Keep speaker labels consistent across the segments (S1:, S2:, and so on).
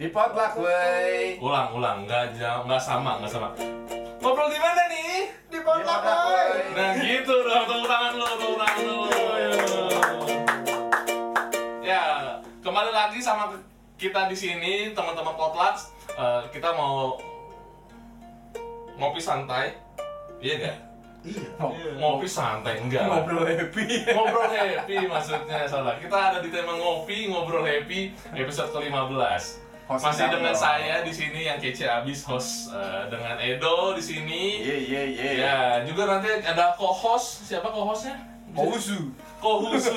S1: Di potluck, boy.
S2: Ulang, ulang, nggak jauh- nggak sama, nggak sama. Ngobrol di mana nih?
S3: Di potluck, boy.
S2: Nah gitu dong, tepuk tangan lu, tepuk tangan lu. Ya, kembali lagi sama kita di sini, teman-teman Potlatch. Eh, kita mau ngopi santai. Iya nggak?
S3: Iya.
S2: Ngopi santai, enggak. lah.
S1: Ngobrol happy.
S2: Ngobrol happy maksudnya salah. Kita ada di tema ngopi, ngobrol happy episode ke-15.
S1: Host
S2: Masih
S1: siapa
S2: dengan
S1: dong?
S2: saya di sini yang kece abis host eh, dengan Edo di sini.
S1: Iya, iya, iya.
S2: Ya, juga nanti ada co-host. Siapa co-hostnya?
S1: Kousu.
S2: Co-host.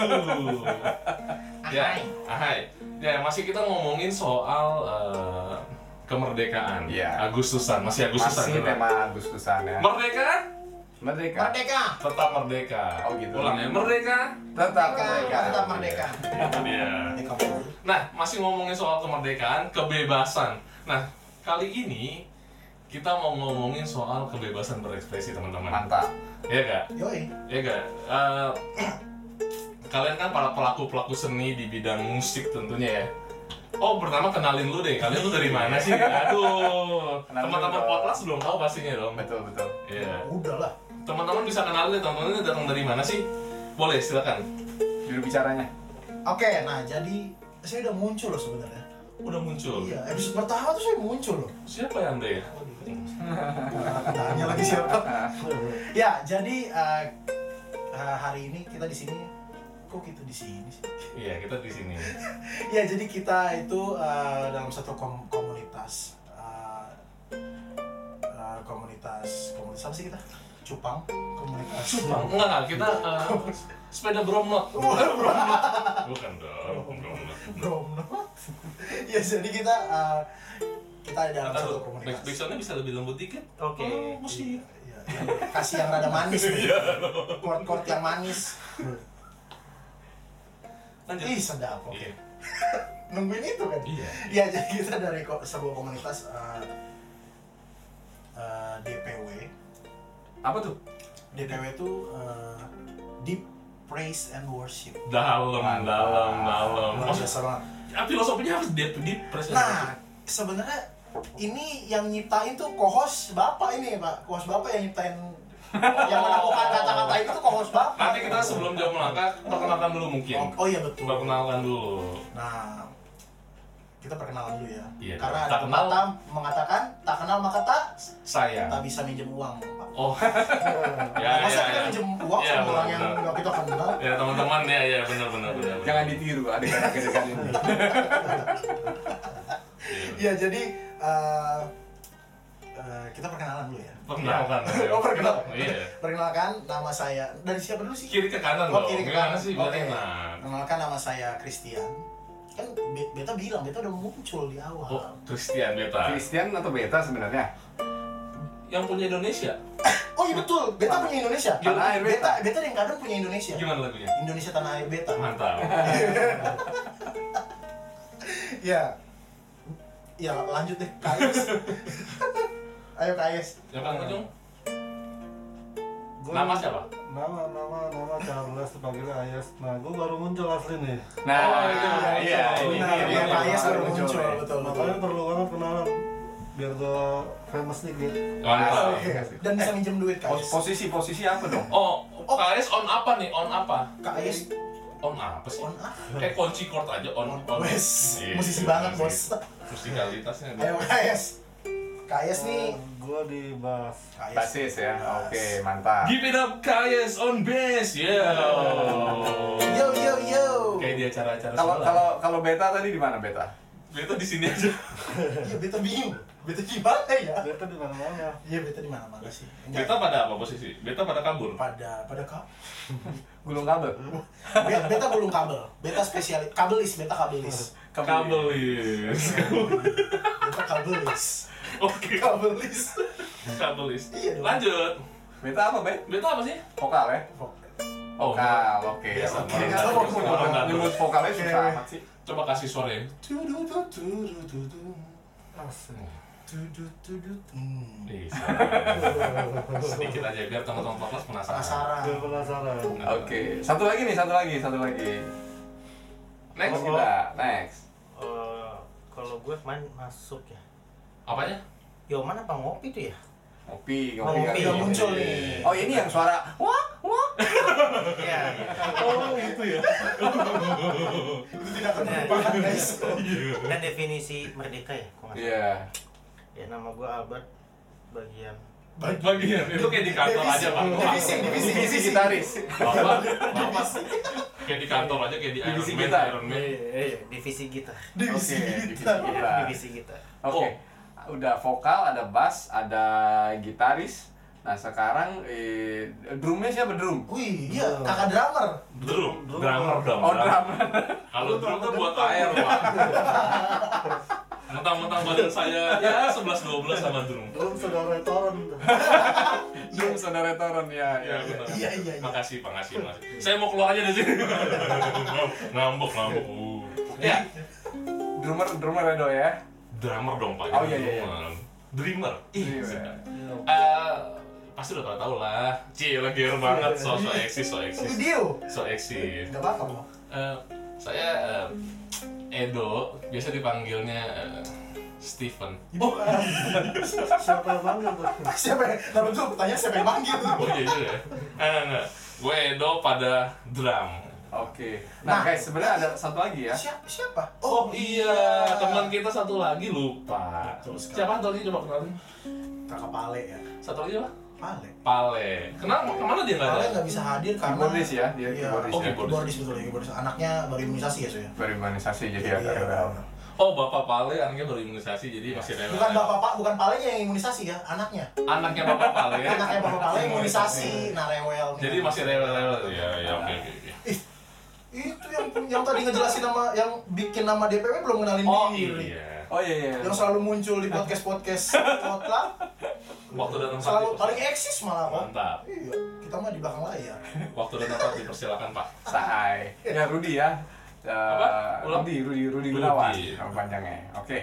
S2: ya, ahai. Ya, masih kita ngomongin soal eh, kemerdekaan.
S1: Iya.
S2: Agustusan, masih Agustusan.
S1: Masih
S2: kita.
S1: tema Agustusan ya.
S2: Merdeka,
S1: Merdeka.
S3: Merdeka.
S2: tetap merdeka.
S1: Oh, gitu.
S2: Ulang ya, merdeka.
S1: Tetap merdeka.
S3: Merdeka. Tetap merdeka.
S2: Iya.
S3: Merdeka. boy.
S2: Nah, masih ngomongin soal kemerdekaan, kebebasan. Nah, kali ini kita mau ngomongin soal kebebasan berekspresi, teman-teman.
S1: Mantap.
S2: Iya gak?
S3: Yoi.
S2: Iya gak? Eh, kalian kan para pelaku-pelaku seni di bidang musik tentunya ya. Oh, pertama kenalin lu deh. Kalian tuh dari mana sih? Aduh.
S1: Kenalin
S2: Teman-teman
S1: dong.
S2: podcast belum tahu pastinya dong.
S1: Betul, betul.
S2: Iya.
S3: Udah lah.
S2: Teman-teman bisa kenalin deh, teman-teman ini datang dari mana sih? Boleh, silakan.
S1: Juru bicaranya.
S3: Oke, nah jadi saya udah muncul loh sebenarnya.
S2: Udah muncul.
S3: Iya, episode pertama tuh saya muncul loh.
S2: Siapa ya Anda ya?
S3: Nah, Tanya lagi siapa? ya, jadi eh, eh, hari ini kita di sini kok gitu di sini sih?
S2: Iya, kita di sini.
S3: Ya, jadi kita itu eh, dalam satu kom- komunitas Eh, eh, komunitas komunitas apa sih kita? Cupang, komunitas
S2: Bang, enggak, enggak, kita eh, sepeda bromlot. Bukan dong, bromlot.
S3: Brom not. ya jadi kita eh, kita ada dalam satu
S2: Atau
S3: komunitas.
S2: backsoundnya bisa lebih lembut dikit.
S4: Oke.
S2: Oh, musik.
S3: Iya, iya. Kasih yang rada manis.
S2: Iya.
S3: Chord-chord yang manis.
S2: Lanjut.
S3: Ih, sedap. Oke.
S2: Iya.
S3: Nungguin itu kan.
S2: Iya.
S3: Iya, jadi kita dari ko- sebuah komunitas eh, eh, DPW.
S1: Apa tuh?
S3: DPW itu eh, Deep Praise and Worship.
S2: Dalam, dalam, dalam.
S3: Luar
S2: Maksud,
S3: biasa banget.
S2: ah, filosofinya harus deep, deep present.
S3: Nah, sebenarnya ini yang nyiptain tuh kohos bapak ini pak, kohos bapak yang nyiptain yang menemukan kata-kata itu tuh kohos bapak.
S2: Nanti kita sebelum jam melangkah, perkenalkan dulu mungkin.
S3: Oh, oh iya betul.
S2: Perkenalkan dulu.
S3: Nah, kita perkenalan dulu ya.
S2: Iya,
S3: Karena
S2: tak
S3: ada
S2: kenal.
S3: kata mengatakan tak kenal maka tak tak
S2: Saya.
S3: bisa minjem uang pak.
S2: Oh, ya,
S3: Masa
S2: ya,
S3: kita
S2: ya.
S3: minjem uang
S2: Iya,
S3: sama orang yang
S2: benar.
S3: nggak kita kenal?
S2: Ya teman-teman ya ya benar benar benar. benar.
S1: Jangan ditiru adegan-adegan ini.
S2: Iya.
S3: Iya jadi eh, eh, kita perkenalan dulu ya.
S2: Perkenalkan.
S3: Oh, perkenalan.
S2: Iya.
S3: Perkenalkan nama saya dari siapa dulu sih?
S2: Kiri ke kanan
S3: Oh,
S2: dong.
S3: kiri ke
S2: Gimana
S3: kanan.
S2: sih? Nah.
S3: Oke.
S2: Biar enak.
S3: Perkenalkan nama saya Christian. Kan Be- Beta bilang Beta udah muncul di awal.
S2: Oh, Christian Beta.
S1: Christian atau Beta sebenarnya?
S2: Yang punya Indonesia.
S3: Oh iya betul, Beta punya Indonesia.
S1: Tanah air Beta.
S3: Beta Beta yang kadang punya Indonesia.
S2: Gimana lagunya?
S3: Indonesia tanah air Beta.
S2: Mantap.
S3: Ya. Ya lanjut deh Kais. Ayo Kais.
S2: Yang paling ujung
S4: Gua-
S2: nama siapa?
S4: Nama, nama, nama Charles dipanggil Ayas. Nah, gue baru muncul asli nih.
S1: Nah,
S2: Oh, itu,
S1: iya,
S2: itu.
S1: ini
S3: Benar,
S1: dia,
S3: ya,
S1: dia
S2: iya,
S3: Kais baru
S1: baru
S3: muncul,
S1: muncul, ya.
S3: betul betul.
S4: Makanya perlu banget kenalan biar gue famous dikit.
S2: Mantap.
S3: Oke. Dan bisa
S2: Eh,
S3: minjem duit
S1: iya, Pos-
S3: Kais.
S1: Posisi-posisi apa dong?
S2: Ah. Oh, KS on apa nih? On apa?
S3: Kais
S2: On apa sih?
S3: on ah.
S2: Eh kunci chord aja on on.
S3: Wes,
S2: Iya,
S3: musisi
S2: iya,
S3: banget
S2: musik.
S3: bos.
S2: Musikalitasnya.
S3: Ayo Kais. Kais
S4: Nah,
S3: nih.
S4: gue di bass.
S3: Kais.
S1: Basis ya. Oke, mantap.
S2: Give it up KS on bass. Yeah.
S3: Yo yo yo.
S2: Kayak di acara-acara
S1: Kalau
S2: sekolah.
S1: kalau kalau Beta tadi di mana Beta?
S2: Beta di sini aja.
S3: Iya beta bingung. Beta gimana ya?
S4: Dia tuh di mana-mana.
S3: Iya beta di mana mana sih? Enggak.
S2: Beta pada apa posisi? Beta pada kabur.
S3: pada pada kau.
S1: Gulung kabel. iya.
S3: Be- Beta belum kabel. Beta spesialis kabelis. Beta kabelis.
S1: iya.
S2: Kabelis.
S3: Beta kabelis.
S2: Oke.
S3: Kabelis.
S2: Kabelis.
S3: Iya dong.
S2: Lanjut.
S1: Beta apa, Bet?
S2: Beta apa sih?
S1: Vokal ya?
S2: Oh,
S1: Vokal, oke.
S2: Biasa,
S1: Oke,
S2: Bang.
S1: kalau aku
S2: Biasa,
S1: nyebut-
S2: Bang.
S1: nyebut vokalnya susah ya. amat sih.
S2: coba kasih suara yang
S4: Asli.
S3: Tudut, tudut. Hmm.
S2: sedikit aja biar teman-teman podcast penasaran.
S4: Gue
S3: Penasaran.
S4: penasaran.
S2: Nah,
S1: Oke, satu lagi nih, satu lagi, satu lagi.
S2: Next
S1: Next kita, next.
S5: Eh, kalau gue main Yoman masuk ya
S2: Apanya?
S5: Yoman apa ngopi tuh ya
S1: Ngopi,
S5: Oh,
S1: ngopi.
S5: ngopi.
S3: Udah muncul nih.
S1: Oh, ini yang suara wah wah.
S5: iya iya.
S2: Oh, itu ya.
S3: Itu tidak akan terlupakan guys.
S5: dan Iya. Kan definisi merdeka ya kok nggak salah.
S1: Iya.
S5: ya nama gue Albert bagian
S2: Bagian itu kayak di kantor aja, Pak.
S3: Divisi, divisi, divisi.
S1: Divisi gitaris.
S2: Bapak, bapak. Kayak di kantor aja kayak di Iron
S1: Divisi
S2: Man,
S1: kita.
S2: Iron Man.
S5: divisi gitar
S3: Divisi
S1: Oke,
S5: Iya.
S3: kita.
S1: divisi. Gila.
S5: divisi gitar
S1: Oke. Udah vokal, ada bass, ada gitaris. Nah, sekarang eh, drumnya siapa drum?
S3: Wih, iya, kakak drummer.
S2: Drum, drummer dong.
S1: Oh, drum.
S2: Kalau drum tuh buat air, Pak. Mentang-mentang badan saya ya 11-12 sama drum.
S4: Belum saudara Toron.
S1: drum saudara Toron ya.
S2: Iya,
S1: ya.
S2: benar.
S3: Iya, iya, iya.
S2: Makasih, makasih, makasih. Saya mau keluar aja dari sini. ngambek, ngambek. Uh. Ya,
S1: Drummer drummer Redo ya.
S2: drummer dong, Pak.
S1: Oh, iya, iya, iya.
S2: Drummer. Dreamer. Ih,
S1: Dreamer.
S2: sedap. Eh, pasti udah pada tahu lah. Cie, lagi banget so so eksis, so eksis.
S3: Video.
S2: So eksis.
S3: Gak apa-apa loh.
S2: Eh, saya eh, Edo, biasa dipanggilnya eh, Stephen.
S3: Oh,
S4: Siapa yang manggil tuh?
S3: siapa yang, lalu tuh pertanyaan siapa yang manggil
S2: Oh iya juga ya? Eh, enggak. Gue Edo pada drum.
S1: Oke. Nah,
S3: Nah.
S1: guys, sebenarnya ada satu lagi ya.
S3: Siapa? Siapa?
S2: Oh iya, teman kita satu lagi lupa.
S3: Betul sekali.
S2: Siapa satu lagi coba kenalin?
S3: Kakak Pale ya.
S2: Satu lagi apa?
S3: Pale.
S2: Pale. Kenapa? Kemana dia nggak
S3: Pale
S2: ada?
S3: nggak bisa hadir karena
S1: Keyboardis ya, dia
S3: Iya.
S1: keyboardis
S3: Oh,
S2: ya.
S3: keyboardis betul ya, keyboardis. Anaknya baru imunisasi ya, Soya.
S1: Berimanisasi jadi
S3: Iya,
S1: agak
S3: iya.
S1: drama.
S2: Oh bapak Pale anaknya baru imunisasi jadi masih rela.
S3: Bukan bapak pak, bukan palenya yang imunisasi ya, anaknya.
S2: Anaknya bapak Pale.
S3: Anaknya bapak pale imunisasi, nah rewel.
S2: Ya. Iya. Jadi masih rela-rela. Iya iya oke oke. oke.
S3: Itu yang yang tadi ngejelasin nama yang bikin nama DPW belum kenalin
S2: Oh
S3: diri.
S2: iya.
S1: Oh iya iya.
S3: Yang selalu muncul di podcast-podcast kotla,
S2: Waktu dan tempat.
S3: selalu
S2: dipersilakan.
S3: paling eksis malah kok.
S2: Mantap.
S3: Iya, kita mah di belakang layar.
S2: Waktu dan tempat dipersilakan Pak.
S1: Sahai. Ya Rudi ya. Eh,
S2: Apa? Ulang?
S1: Rudi, Rudi, Rudi Gunawan.
S2: Rudi.
S1: Nama panjangnya. Oke.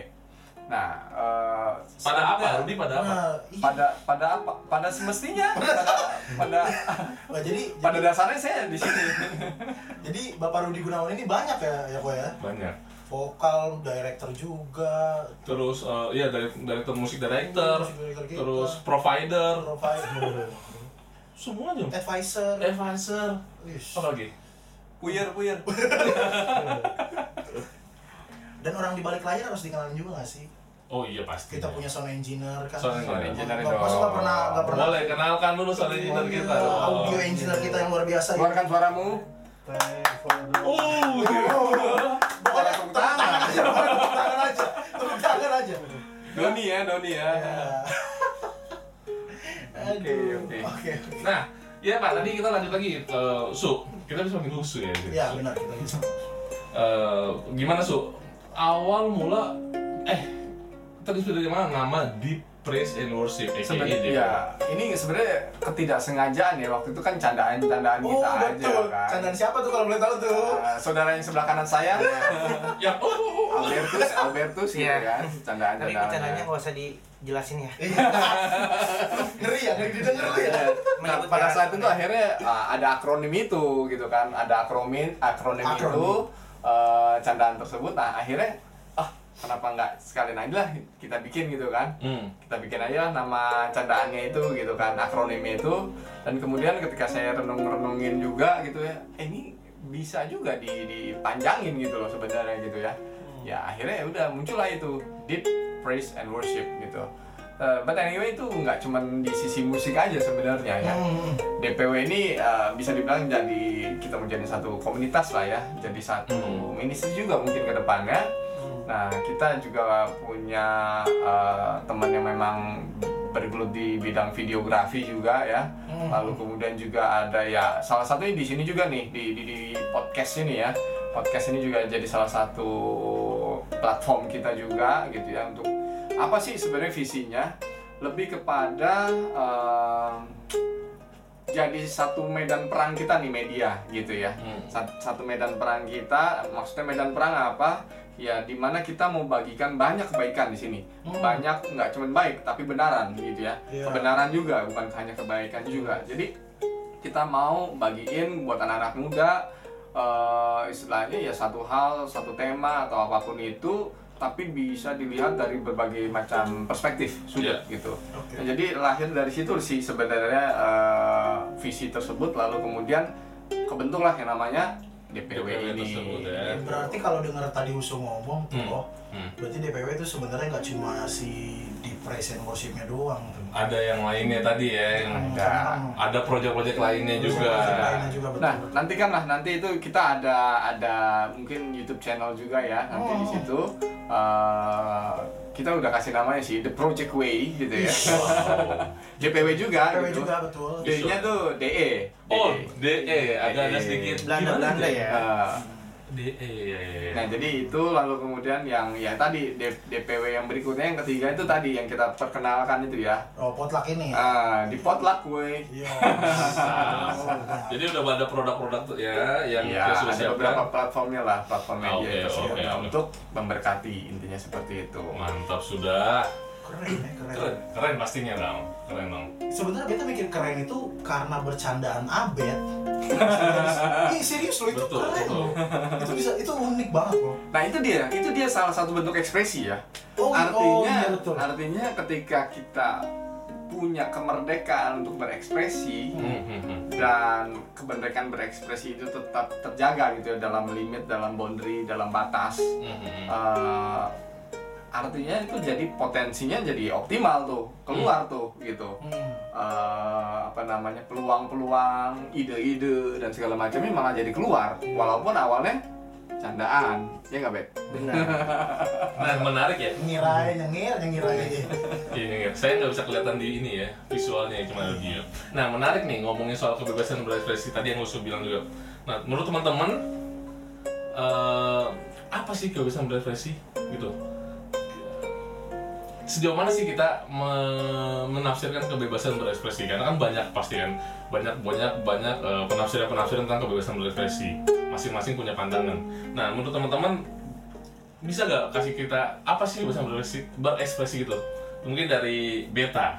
S1: Nah, eh,
S2: Pada apa?
S1: selanjutnya-
S2: Rudi pada apa?
S3: Nah, iya.
S1: Pada pada apa? Pada semestinya. Pada pada
S3: Nah, jadi
S1: pada dasarnya saya di sini.
S3: Jadi Bapak Rudi Gunawan ini banyak ya ya kok ya.
S2: Banyak.
S3: Vokal, director juga,
S2: Terus eh, iya dari dari musik director,
S3: Musik director gitu, kita.
S2: terus provider,
S3: provider,
S2: semua aja.
S3: advisor.
S2: Advisor.
S3: Wih.
S2: Apa lagi?
S1: Puyer, puyer.
S3: Dan orang di balik layar harus dikenalin juga gak sih?
S2: Oh iya pasti.
S3: Kita punya sound engineer kan.
S2: Sound engineer.
S3: Nggak-
S1: Engineer
S3: nggak- Masa
S1: dong.
S3: nggak pernah nggak pernah.
S2: Boleh kenalkan dulu sound engineer kita. Oh.
S3: Iya,
S2: dong.
S3: Audio engineer kita yang luar biasa. ya.
S1: Keluarkan suaramu.
S4: Thanks for the-
S2: Oh,
S1: Suara tepuk tangan.
S3: Tepuk tangan aja, tepuk tangan aja.
S1: Doni ya, Doni ya.
S3: Iya.
S1: Oke,
S3: Aduh.
S1: oke.
S3: Oke.
S2: Nah, ya Pak, tadi kita lanjut lagi ke Su. Kita bisa panggil lu Su ya. Su.
S3: Ya benar kita bisa.
S2: Eh, gimana Su? Awal mula eh tadi sudah dari mana nama Deep Praise and Worship aka Deep.
S1: Sebenarnya ya, ini sebenarnya ketidaksengajaan ya waktu itu kan candaan-candaan
S3: Oh
S1: kita aja
S3: betul.
S1: kan.
S3: Kanan siapa tuh kalau boleh tahu tuh?
S1: Eh, saudara yang sebelah kanan saya
S2: Ya, oh, oh, oh.
S1: Albertus Albertus gitu
S5: Iya.
S1: kan candaan Iya.
S5: tapi caranya nggak usah dijelasin ya
S3: ngeri ya, ngeri didengar lu ya.
S1: Nah,
S5: Menyebut
S1: pada
S5: merek.
S1: saat itu akhirnya ah, ada akronim itu gitu kan ada akronim akronim,
S3: Akronim.
S1: itu eh, candaan tersebut nah akhirnya ah kenapa nggak sekalian aja lah kita bikin gitu kan
S2: Hmm.
S1: kita bikin aja lah nama candaannya itu gitu kan akronimnya itu dan kemudian ketika saya renung-renungin juga gitu ya eh, ini bisa juga di- dipanjangin gitu loh sebenarnya gitu ya ya akhirnya ya udah muncullah itu deep praise and worship gitu Eh, but anyway itu nggak cuman di sisi musik aja sebenarnya ya
S3: Hmm.
S1: DPW ini eh, bisa dibilang jadi kita menjadi satu komunitas lah ya, jadi satu
S2: Hmm.
S1: ministry juga mungkin ke depannya. Nah, kita juga punya eh, teman yang memang bergelut di bidang videografi juga ya. Lalu kemudian juga ada ya salah satunya di sini juga nih di di, di podcast ini ya. Podcast ini juga jadi salah satu platform kita juga gitu ya untuk apa sih sebenarnya visinya? Lebih kepada em, jadi satu medan perang kita nih media gitu ya
S2: Hmm.
S1: Sat- satu medan perang kita maksudnya medan perang apa ya dimana kita mau bagikan banyak kebaikan di sini
S2: Hmm.
S1: banyak nggak cuma baik tapi benaran gitu ya
S3: Iya.
S1: kebenaran juga bukan hanya kebaikan juga
S2: Hmm.
S1: jadi kita mau bagiin buat anak-anak muda eh, istilahnya ya satu hal satu tema atau apapun itu tapi bisa dilihat dari berbagai macam perspektif sudut
S2: Iya.
S1: gitu.
S3: Oke.
S1: Nah, jadi lahir dari situ sih sebenarnya eh, visi tersebut lalu kemudian kebentuklah yang namanya DPW,
S2: DPW
S1: ini.
S2: tersebut, ya.
S1: Gitu.
S3: Berarti kalau dengar tadi Uso ngomong tuh
S2: Hmm.
S3: kok,
S2: Hmm.
S3: berarti DPW itu sebenarnya nggak cuma si di praise and worshipnya doang tuh.
S2: Ada yang lainnya tadi ya, yang
S3: Hmm,
S1: enggak.
S3: tentang-
S2: ada project-project lainnya juga. E.
S3: Lainnya juga betul.
S1: Nah, nantikan lah nanti itu kita ada ada mungkin YouTube channel juga ya nanti di situ eh, kita udah kasih namanya sih The Project Way gitu ya. JPW juga.
S3: DPW
S1: gitu.
S3: juga betul.
S2: Iya.
S1: D-nya tuh E. DE.
S2: Oh,
S1: DE.
S2: DE, agak ada
S1: DE.
S2: sedikit
S5: Belanda
S2: gimana
S5: Belanda
S2: tuh?
S5: ya.
S1: Eh,
S2: DE, ya, ya, ya.
S1: Nah jadi itu lalu kemudian yang ya tadi D- DPW yang berikutnya yang ketiga itu tadi yang kita perkenalkan itu ya
S3: Oh, potluck ini. ya?
S1: Ah, di potluck gue
S3: Iya.
S2: Nah,
S3: Oh, nah.
S2: Jadi udah ada produk-produk tuh ya yang
S1: ya
S2: kita sudah
S1: ada
S2: siapkan.
S1: beberapa platformnya lah platform
S2: Ah, oke,
S1: media itu sih,
S2: oke,
S1: ya,
S2: oke.
S1: untuk memberkati intinya seperti itu
S2: Mantap sudah.
S3: Keren ya, keren.
S2: Keren, keren pastinya dong. Keren dong.
S3: Sebenarnya kita bikin keren itu karena bercandaan abet. Ih, serius loh itu
S2: Betul,
S3: keren
S2: betul.
S3: loh. Itu bisa itu unik banget loh.
S1: nah itu dia itu dia salah satu bentuk ekspresi ya
S3: Oh, oh,
S1: artinya
S3: iya, betul.
S1: artinya ketika kita punya kemerdekaan untuk berekspresi
S2: Hmm, hmm, hmm.
S1: dan kemerdekaan berekspresi itu tetap terjaga gitu ya dalam limit dalam boundary dalam batas
S2: Hmm, hmm, hmm.
S1: Eh, artinya itu jadi potensinya jadi optimal tuh keluar tuh gitu
S3: Hmm.
S1: Eh, apa namanya peluang-peluang ide-ide dan segala macamnya malah jadi keluar walaupun awalnya candaan ya nggak bet
S5: benar
S2: Nah menarik ya.
S3: Ngirai, nyengir, nyengir lagi.
S2: Iya, iya. saya nggak bisa kelihatan di ini ya visualnya cuma audio. Nah menarik nih ngomongin soal kebebasan berekspresi tadi yang Usu bilang juga. Nah menurut teman-teman eh, apa sih kebebasan berekspresi gitu? Sejauh mana sih kita me- menafsirkan kebebasan berekspresi? Karena kan banyak pasti kan banyak banyak banyak eh, penafsiran-penafsiran tentang kebebasan berekspresi. Masing-masing punya pandangan. Nah menurut teman-teman bisa nggak kasih kita apa sih kebebasan berekspresi, berekspresi gitu? Mungkin dari beta.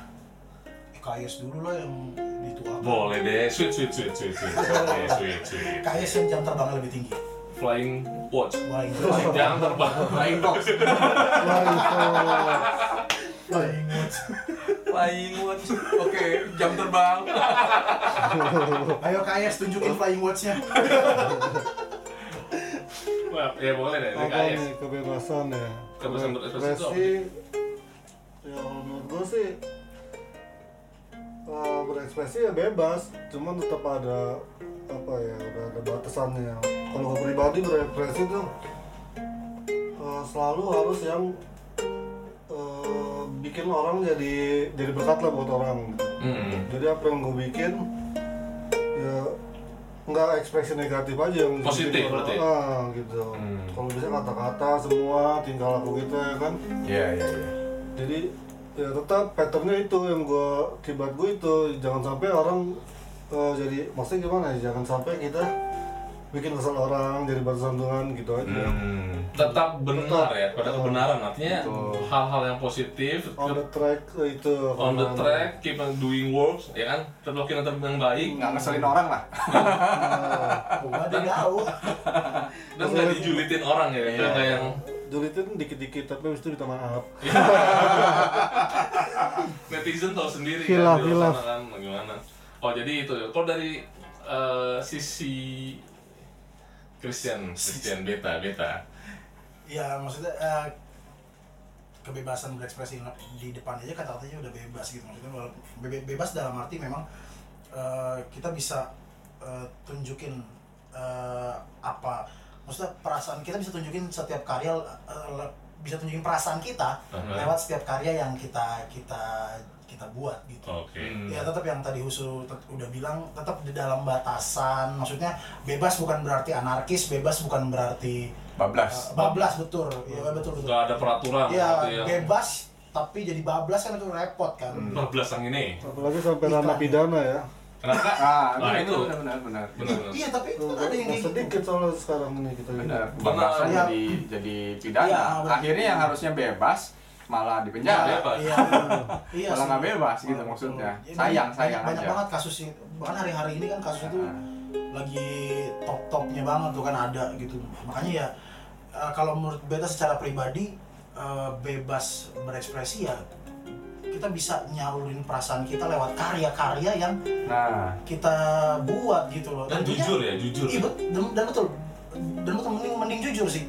S3: KS dulu lah yang dituakan.
S2: Boleh deh, sweet sweet sweet sweet sweet. Oke, sweet sweet.
S3: KS yang jam terbangnya lebih tinggi.
S2: Flying watch.
S3: Wah, itu.
S2: Jangan terbang.
S1: flying box
S3: Wah, ingat.
S1: flying watch oke jam terbang
S3: Ayo KS tunjukin flying watch-nya.
S2: Wah, ya boleh deh,
S4: apa
S2: DKS.
S4: nih kebebasan ya
S2: Kebebasan berekspresi itu apa
S4: Berekspresi, ya kalau menurut gue sih eh, berekspresi ya bebas cuman tetap ada apa ya udah ada batasannya ya, kalau gue pribadi berekspresi tuh eh, selalu harus yang eh, bikin orang jadi jadi berkat lah buat orang gitu
S2: Hmm.
S4: jadi apa yang gue bikin ya nggak ekspresi negatif aja yang gue
S2: Positif
S4: bikin orang,
S2: berarti?
S4: ah, gitu
S2: Hmm.
S4: kalau bisa kata-kata semua tingkah laku gitu ya kan
S1: ya ya ya
S4: jadi ya tetap patternnya itu yang gue kibat gue itu jangan sampai orang eh, jadi maksudnya gimana ya jangan sampai kita bikin kesel orang jadi batu sandungan gitu aja
S2: Hmm. Tetap benar
S4: Tetap.
S2: ya, pada kebenaran artinya
S1: Betul.
S2: hal-hal yang positif
S4: on the
S2: tetap
S4: track eh, itu
S2: on the track, keep on doing work, ya kan? Tetap lakukan yang terbaik yang baik
S1: nggak ngeselin orang lah
S3: Gua ada tahu.
S2: dan nggak dijulitin orang ya,
S1: Iya.
S2: nggak yang
S4: julitin dikit-dikit tapi habis itu minta maaf
S2: Iya. netizen tahu sendiri
S4: Hilaf,
S2: kan di luar
S4: hilaf.
S2: sana kan gimana oh jadi itu ya kalau dari eh, sisi Christian Christian beta beta
S3: Ya maksudnya eh, kebebasan berekspresi di depan aja kata-katanya udah bebas gitu maksudnya walaupun bebe- bebas dalam arti memang eh, kita bisa eh, tunjukin eh, apa maksudnya perasaan kita bisa tunjukin setiap karya eh, le- bisa tunjukin perasaan kita
S2: Mhm.
S3: lewat setiap karya yang kita kita kita buat gitu
S2: oke
S3: ya
S2: Hmm.
S3: tetap yang tadi Husu tet- udah bilang tetap di dalam batasan maksudnya bebas bukan berarti anarkis bebas bukan berarti
S1: bablas
S3: Uh, bablas betul ya betul
S2: Hmm.
S3: betul
S2: nggak ada peraturan
S3: ya
S2: gitu ya Hmm.
S3: bebas tapi jadi bablas kan itu repot kan
S2: 14 yang ini
S4: apalagi sampai
S3: Iklan
S4: ranah
S3: ya.
S4: pidana ya
S2: kenapa
S1: ah
S2: Nah,
S1: benar,
S2: itu.
S1: benar benar benar
S2: benar benar
S3: iya tapi itu ada yang
S4: Nggak
S3: kayak gitu
S4: sedikit soalnya sekarang ini kita gitu. ini.
S1: benar bablasan
S3: Iya.
S1: jadi jadi pidana
S3: Iya, benar.
S1: akhirnya yang harusnya bebas malah dipenjara
S2: Ya, Bebas.
S3: iya iya
S1: malah
S3: sih.
S1: nggak bebas gitu
S3: Malah
S1: maksudnya
S3: betul.
S1: sayang
S3: Jadi
S1: sayang
S3: Iya, banyak, banyak
S1: aja
S3: banget kasus ini bahkan hari-hari ini kan kasus itu
S1: Ah.
S3: lagi top topnya banget tuh kan ada gitu makanya ya eh, kalau menurut beta secara pribadi eh, bebas berekspresi ya kita bisa nyalurin perasaan kita lewat karya-karya yang
S1: Nah,
S3: kita buat gitu loh.
S2: Dan
S3: Tentunya-
S2: jujur ya, jujur.
S3: Iya, bet- dan, dan betul. Dan betul mending, mending jujur sih.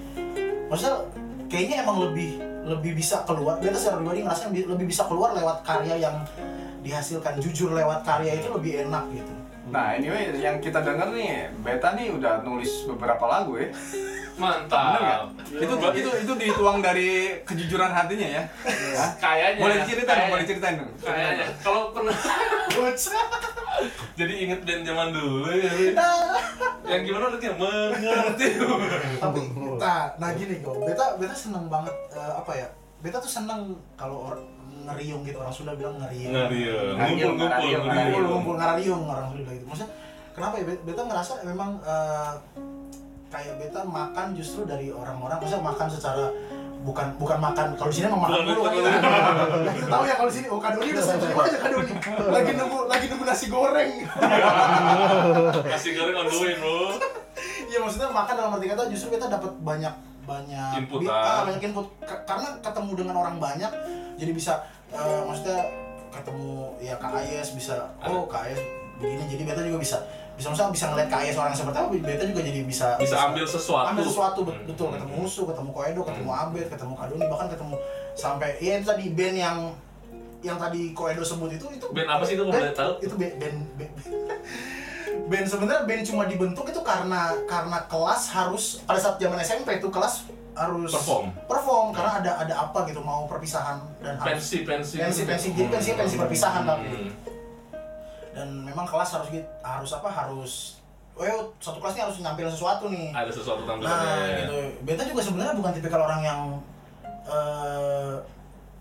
S3: Maksudnya kayaknya emang lebih lebih bisa keluar. Beta secara pribadi ngerasa lebih, lebih bisa keluar lewat karya yang dihasilkan jujur lewat karya itu lebih enak gitu.
S1: nah anyway yang kita denger nih, Beta nih udah nulis beberapa lagu ya. Bener nggak?
S2: Mantap.
S1: Itu itu itu dituang dari kejujuran hatinya ya. Hah?
S2: Iya. Kayaknya.
S1: Boleh diceritain, dong,
S2: kayaknya.
S1: boleh ceritain dong.
S2: Kayaknya. Kalau pernah jadi inget band zaman dulu ya. Wi. Yang gimana berarti yang mengerti.
S3: Iya. tapi nah, nah gini kok beta beta seneng banget eh, apa ya beta tuh seneng kalau or- ngeriung gitu orang Sunda bilang ngeriung
S2: Ngeriung, ya. ngumpul-ngumpul,
S1: Ngeriung, ngeriung,
S3: ngumpul
S2: ngeriung.
S3: ngumpul ngeriung orang Sunda gitu maksudnya kenapa ya beta, beta ngerasa memang eh, kayak beta makan justru dari orang-orang maksudnya makan secara bukan bukan makan kalau di sini emang makan
S2: Bukan,
S3: dulu kan
S2: bukan,
S3: kita
S2: bukan.
S3: Nah, kita tahu ya kalau di sini oh kadoni udah saya terima aja kadoni lagi nunggu lagi nunggu nasi goreng
S2: Kasih goreng on the way, bro.
S3: Iya maksudnya makan dalam arti kata justru kita dapat banyak banyak
S2: Inputan.
S3: bi- ah, banyak input Ka- karena ketemu dengan orang banyak jadi bisa eh, maksudnya ketemu ya Kak Ayes bisa oh Kak Ayes begini jadi beta juga bisa bisa misalnya bisa ngeliat Kak Ayes orang yang seperti apa beta juga jadi bisa
S2: Bisa ambil sesuatu.
S3: ambil sesuatu bet-
S2: Hmm.
S3: betul ketemu Usu ketemu Koedo ketemu Abed ketemu Kaduni bahkan ketemu sampai ya itu tadi band yang yang tadi Koedo sebut itu itu
S2: Band apa sih itu, kalau boleh tahu?
S3: itu band band, band, band sebenarnya band cuma dibentuk itu karena karena kelas harus pada saat zaman SMP itu kelas harus
S2: Perform. Hmm.
S3: perform karena ada ada apa gitu mau perpisahan dan harus
S2: Pensi, pensi.
S3: pensi pensi jadi pensi pensi perpisahan tapi
S2: Hmm.
S3: dan memang kelas harus gitu harus apa harus oh yuk, satu kelas ini harus nyampil sesuatu nih
S2: Ada sesuatu
S3: Nah,
S2: tampilannya.
S3: gitu. Beta juga sebenarnya bukan tipikal orang yang eh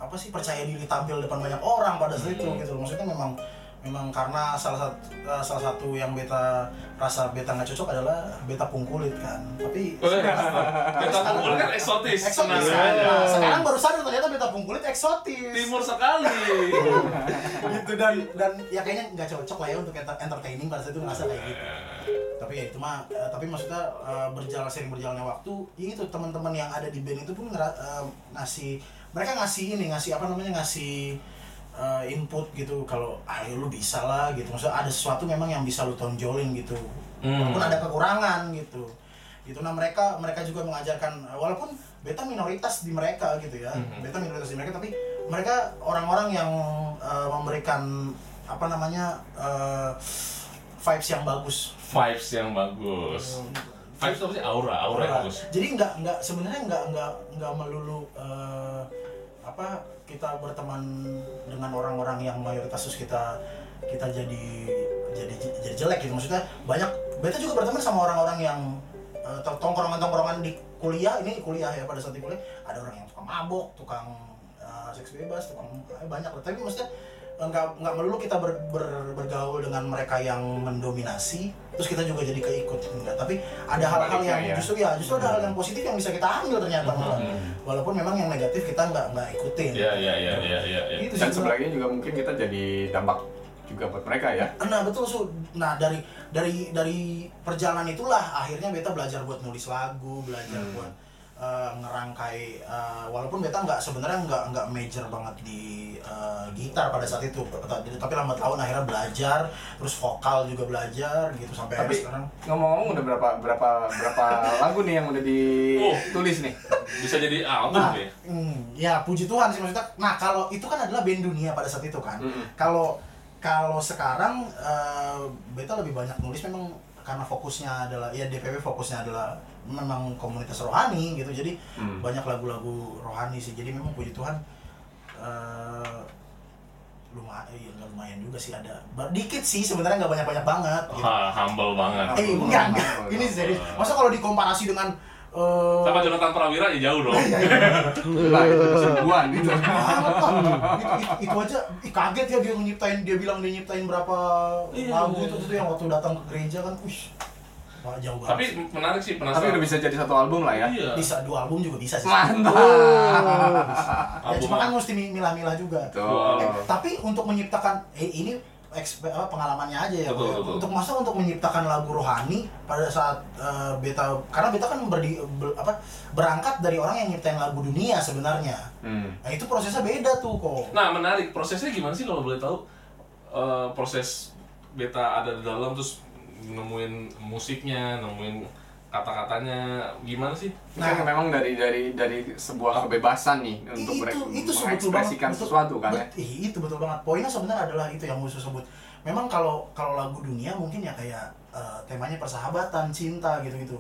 S3: apa sih percaya diri tampil depan banyak orang pada saat itu gitu. Maksudnya memang memang karena salah satu eh, salah satu yang beta rasa beta nggak cocok adalah beta pungkulit kan. Tapi
S2: Eh, Kita kumpul kan eksotis. Senang
S3: eksotis kan.
S2: aja.
S3: Nah, sekarang baru sadar ternyata beta pungkulit eksotis.
S2: Timur sekali.
S3: gitu dan dan ya kayaknya nggak cocok lah ya untuk enter- entertaining pada saat itu ngerasa kayak gitu tapi ya itu mah eh, tapi maksudnya eh, berjalan sering berjalannya waktu ya itu teman-teman yang ada di band itu pun ngera- eh, ngasih mereka ngasih ini ngasih apa namanya ngasih eh, input gitu kalau ayo lu bisa lah gitu maksudnya ada sesuatu memang yang bisa lu tonjolin gitu
S2: Hmm.
S3: walaupun ada kekurangan gitu gitu nah mereka mereka juga mengajarkan eh, walaupun beta minoritas di mereka gitu ya
S2: Mhm.
S3: beta minoritas di mereka tapi mereka orang-orang yang eh, memberikan apa namanya eh, vibes yang bagus
S2: vibes yang bagus. Vibes apa sih? Aura, aura yang bagus.
S3: Iya. Jadi nggak nggak sebenarnya nggak nggak nggak melulu eh, apa kita berteman dengan orang-orang yang mayoritas terus kita kita jadi jadi jadi jelek gitu maksudnya banyak beta juga berteman sama orang-orang yang eh, to- tongkrongan-tongkrongan di kuliah ini kuliah ya pada saat di kuliah ada orang yang tukang mabok, tukang eh, seks bebas, tukang eh, banyak tapi maksudnya eh, nggak nggak melulu kita ber- ber- bergaul dengan mereka yang mendominasi terus kita juga jadi keikut enggak tapi ada hal-hal yang
S1: Sebaliknya ya.
S3: justru ya justru ada hal yang positif yang bisa kita ambil ternyata malah. walaupun memang yang negatif kita nggak nggak ikutin
S2: Hmm. Iya, iya, iya, iya, iya. Ya.
S3: Gitu sih,
S1: Dan
S3: Bang.
S1: sebelahnya juga mungkin kita jadi dampak juga buat mereka ya.
S3: Nah betul su. Nah dari dari dari perjalanan itulah akhirnya beta belajar buat nulis lagu, belajar
S2: Hmm.
S3: buat eh, ngerangkai. eh, walaupun beta nggak sebenarnya nggak nggak major banget di eh, gitar pada saat itu, Tapi- tapi lambat laun akhirnya belajar, terus vokal juga belajar gitu
S1: Tapi
S3: sampai akhirnya sekarang.
S1: ngomong-ngomong udah berapa berapa berapa lagu nih yang udah
S2: Oh.
S1: ditulis nih?
S2: Bisa jadi album
S3: Nah,
S2: ya.
S3: hmm, ya puji Tuhan sih maksudnya. Nah kalau itu kan adalah band dunia pada saat itu kan.
S1: Mm-mm.
S3: Kalau kalau sekarang eh, beta lebih banyak nulis memang karena fokusnya adalah ya DPW fokusnya adalah memang komunitas rohani gitu. Jadi
S1: Hmm.
S3: banyak lagu-lagu rohani sih. Jadi memang puji Tuhan eh lumayan, ya, nggak lumayan juga sih ada. Ba- Dikit sih sebenarnya nggak banyak-banyak banget. Gitu.
S2: Ha, humble banget.
S3: Eh enggak, enggak. ini serius. Masa kalau dikomparasi dengan eh,
S2: Sama Jonathan Prawira ya jauh dong.
S3: Iya.
S1: Lah Nah, itu kesembuhan gitu.
S3: itu, itu- itu aja ih, kaget ya dia nyiptain dia bilang dia nyiptain berapa lagu itu tuh yang waktu datang ke gereja kan wih wah, jauh banget
S2: Tapi menarik sih
S1: Tapi
S2: penasaran.
S1: udah bisa jadi satu album lah ya.
S2: Iya. Oh.
S3: bisa dua album juga bisa sih
S1: Mantap.
S3: ya cuma kan mesti mi- milah-milah juga
S1: Tuh.
S3: Eh, tapi untuk menciptakan eh, ini ekspe- apa, pengalamannya aja ya.
S2: Betul, betul.
S3: Untuk masa untuk menciptakan lagu rohani pada saat eh, beta karena beta kan berdi, ber- apa berangkat dari orang yang nyiptain lagu dunia sebenarnya.
S1: Hmm.
S3: Nah, itu prosesnya beda tuh kok.
S2: Nah, menarik. Prosesnya gimana sih kalau boleh tahu? Eh, proses beta ada di dalam terus nemuin musiknya, nemuin kata-katanya gimana sih?
S1: Nah,
S3: Nah.
S1: memang dari dari dari sebuah kebebasan nih untuk
S3: itu,
S1: mere-
S3: itu sebetulnya iya,
S1: mengekspresikan sesuatu kan ya.
S3: itu betul banget poinnya sebenarnya adalah itu yang khusus sebut memang kalau kalau lagu dunia mungkin ya kayak eh, temanya persahabatan cinta gitu gitu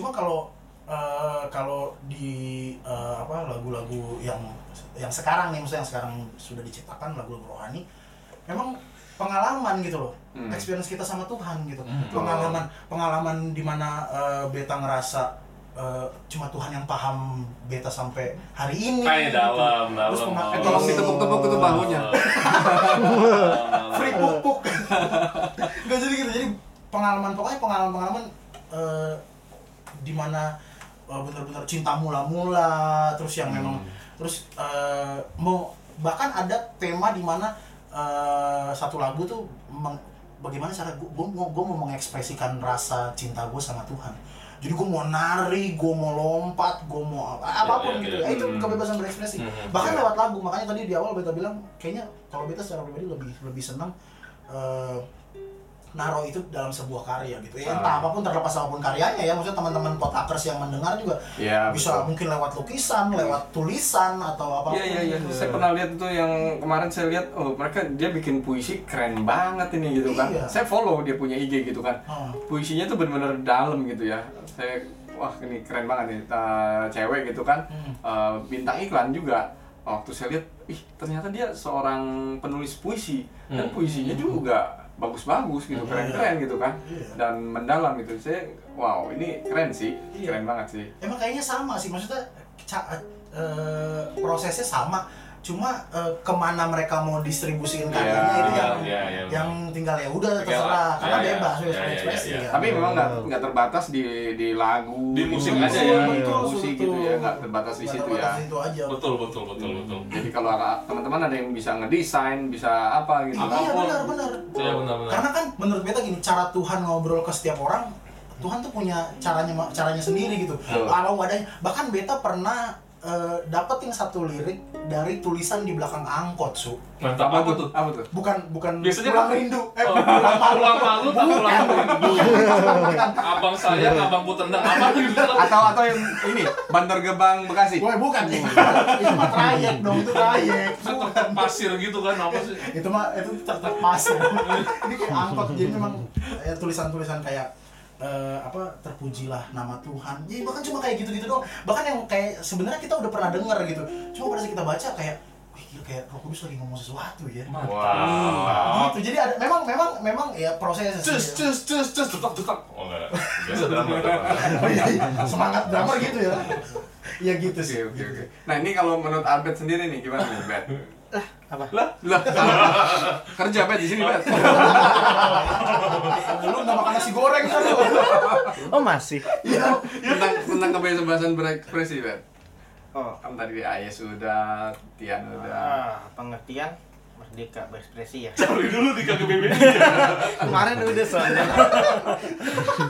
S3: cuma kalau eh, kalau di eh, apa lagu-lagu yang yang sekarang nih maksudnya yang sekarang sudah diciptakan lagu-lagu rohani memang pengalaman gitu loh
S1: Hmm.
S3: experience kita sama Tuhan gitu
S2: Hmm.
S3: pengalaman pengalaman dimana eh, beta ngerasa eh, cuma Tuhan yang paham beta sampai hari ini
S2: Kayak dalam,
S3: Terus
S2: dalam.
S3: pemakai-
S1: Eh, tolong
S3: Oh.
S1: ditepuk-tepuk itu bahunya.
S3: free puk puk nggak jadi gitu jadi pengalaman pokoknya pengalaman pengalaman eh dimana eh, benar-benar cinta mula-mula terus yang memang
S2: Hmm.
S3: terus eh, mau bahkan ada tema dimana eh satu lagu tuh meng- bagaimana cara gue mau gue mau mengekspresikan rasa cinta gue sama Tuhan jadi gue mau nari gue mau lompat gue mau apa- apapun
S2: iya,
S3: gitu
S2: iya.
S3: Ya, itu kebebasan berekspresi
S2: Mhm.
S3: bahkan lewat lagu makanya tadi di awal beta bilang kayaknya kalau beta secara pribadi lebih lebih senang eh, naruh itu dalam sebuah karya gitu ya
S1: Ah.
S3: entah apapun terlepas apapun karyanya ya maksudnya teman-teman potakers yang mendengar juga
S1: Iya,
S3: bisa
S1: betul.
S3: mungkin lewat lukisan lewat tulisan atau apa
S1: Iya iya iya.
S3: gitu.
S1: Saya pernah lihat itu yang kemarin saya lihat oh mereka dia bikin puisi keren banget ini gitu kan.
S3: Iya.
S1: Saya follow dia punya IG gitu kan.
S3: Hmm.
S1: Puisinya tuh benar-benar dalam gitu ya. Saya wah ini keren banget nih Eh, cewek gitu kan.
S3: Hmm.
S1: Eh, bintang iklan juga. Waktu saya lihat ih ternyata dia seorang penulis puisi dan
S2: Hmm.
S1: puisinya juga bagus-bagus gitu,
S2: Hmm.
S1: keren-keren gitu kan.
S3: Iya.
S1: Dan mendalam gitu. Saya wow, ini keren sih.
S3: Iya.
S1: Keren banget sih.
S3: emang kayaknya sama sih maksudnya ca- eh, prosesnya sama cuma eh, kemana mereka mau distribusiin karyanya
S1: Iya,
S3: itu yang
S2: iya, iya, benar.
S3: yang tinggal ya udah
S2: Tinggal,
S3: terserah karena
S2: iya, iya.
S3: bebas
S2: Iya,
S3: bebas
S2: iya,
S3: ekspresi
S2: iya, iya.
S3: kan.
S1: Tapi memang nggak
S4: Betul.
S1: nggak terbatas di di lagu,
S2: Di musik
S1: film,
S2: aja ya.
S4: betul,
S1: musik
S3: Iya, betul.
S1: gitu ya, nggak terbatas di
S3: Nggak
S1: situ
S3: terbatas
S1: ya.
S3: di situ aja
S2: Betul, betul, betul, betul.
S1: Jadi kalau ada- teman-teman ada yang bisa ngedesain, bisa apa gitu.
S2: Apa?
S3: iya
S2: Apapun.
S3: benar benar
S2: Iya benar-benar.
S3: karena kan menurut beta gini cara Tuhan ngobrol ke setiap orang Tuhan tuh punya caranya caranya sendiri gitu
S1: Betul.
S3: kalau wadahnya bahkan beta pernah eh, dapetin satu lirik dari tulisan di belakang angkot su
S2: Mantap apa tuh?
S1: Apa tuh?
S3: bukan bukan
S2: Biasanya
S3: pulang
S2: kan-
S3: rindu eh
S2: Oh,
S3: pulang malu
S2: pulang malu tak pulang rindu. Abang saya, abangku tendang apa gitu.
S1: Atau atau yang ini Bandar Gebang Bekasi.
S3: Wah bukan itu mah trayek dong itu trayek bukan
S2: Pasir gitu kan apa sih?
S3: itu mah itu terlepas ini kayak angkot jadi memang eh, tulisan-tulisan kayak eh, apa terpujilah nama Tuhan jadi bahkan cuma kayak gitu-gitu doang bahkan yang kayak sebenarnya kita udah pernah dengar gitu cuma pada saat kita baca kayak wih gila kayak Roh Kudus lagi ngomong sesuatu ya
S2: Wow.
S3: gitu jadi ada memang memang memang ya prosesnya
S2: Cus,
S3: sendiri.
S2: cus, cus, cus, tetap, tetap. Oh enggak, biasa drama. drama.
S3: Oh, iya, iya. semangat drummer gitu ya ya gitu sih
S1: Oke oke oke. Nah ini kalau menurut Albert sendiri nih gimana nih Bet?
S5: apa
S1: Lah lah kerja Bet di sini Bet.
S3: lu nggak makan nasi goreng kan lu
S2: Iya.
S5: oh masih
S3: Iya.
S1: tentang tentang kebebasan berekspresi Bet.
S5: oh
S1: Kan tadi Ayah sudah, Tian
S2: Iya.
S1: sudah.
S5: ah, pengertian merdeka berekspresi ya
S2: Cari dulu di KGBB.
S5: kemarin udah soalnya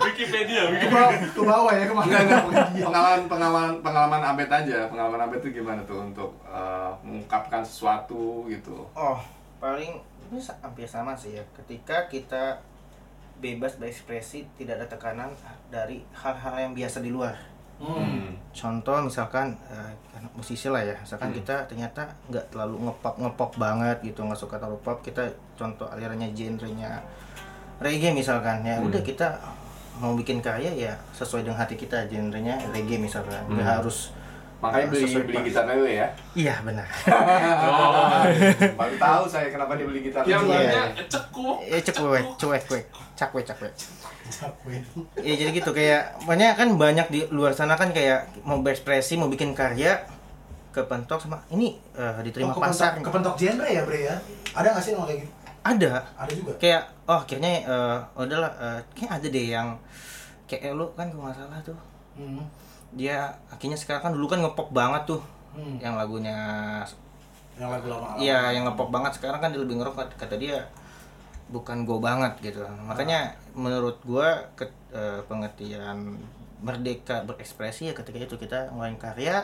S2: Wikipedia,
S3: ke
S2: Wikipedia.
S3: bawah, ke bawah ya
S1: Enggak, enggak.
S6: Iya.
S3: kemarin
S1: pengalaman pengalaman pengalaman abet aja pengalaman abet itu gimana tuh untuk eh, mengungkapkan sesuatu gitu
S5: oh paling ini sa- hampir sama sih ya ketika kita bebas berekspresi tidak ada tekanan ah, dari hal-hal yang biasa di luar
S1: hmm.
S5: contoh misalkan eh, anak musisi lah ya misalkan kita ternyata nggak terlalu ngepop ngepop banget gitu nggak suka terlalu pop kita contoh alirannya genrenya reggae misalkan ya udah kita mau bikin karya ya sesuai dengan hati kita genrenya reggae misalkan nggak harus
S1: makanya
S5: eh,
S1: beli
S5: sesuai
S1: beli
S5: pas-
S1: gitar lele ya
S5: Hmm. iya benar
S6: Oh.
S1: baru tahu saya kenapa dia beli gitar
S2: Yang
S1: lele.
S5: Iya.
S2: lainnya cekuk.
S5: ya cuek cuek cuek cakwe cakwe
S3: Cakuin.
S5: Iya jadi gitu kayak banyak kan banyak di luar sana kan kayak mau berekspresi mau bikin karya kepentok sama ini eh, diterima
S3: Oh, kepentok-
S5: pasar
S3: kepentok genre ya bre ya ada nggak sih yang kayak gitu
S5: ada
S3: ada juga
S5: kayak oh akhirnya eh, udahlah eh, kayak ada deh yang kayak lu kan kalau nggak salah tuh
S3: hmm.
S5: dia akhirnya sekarang kan dulu kan ngepop banget tuh
S3: Hmm.
S5: yang lagunya
S3: yang lagu lama
S5: iya yang ngepop banget sekarang kan dia lebih ngerok kata dia bukan go banget gitu makanya menurut gua ke, eh, pengertian merdeka berekspresi ya ketika itu kita ngeluarin karya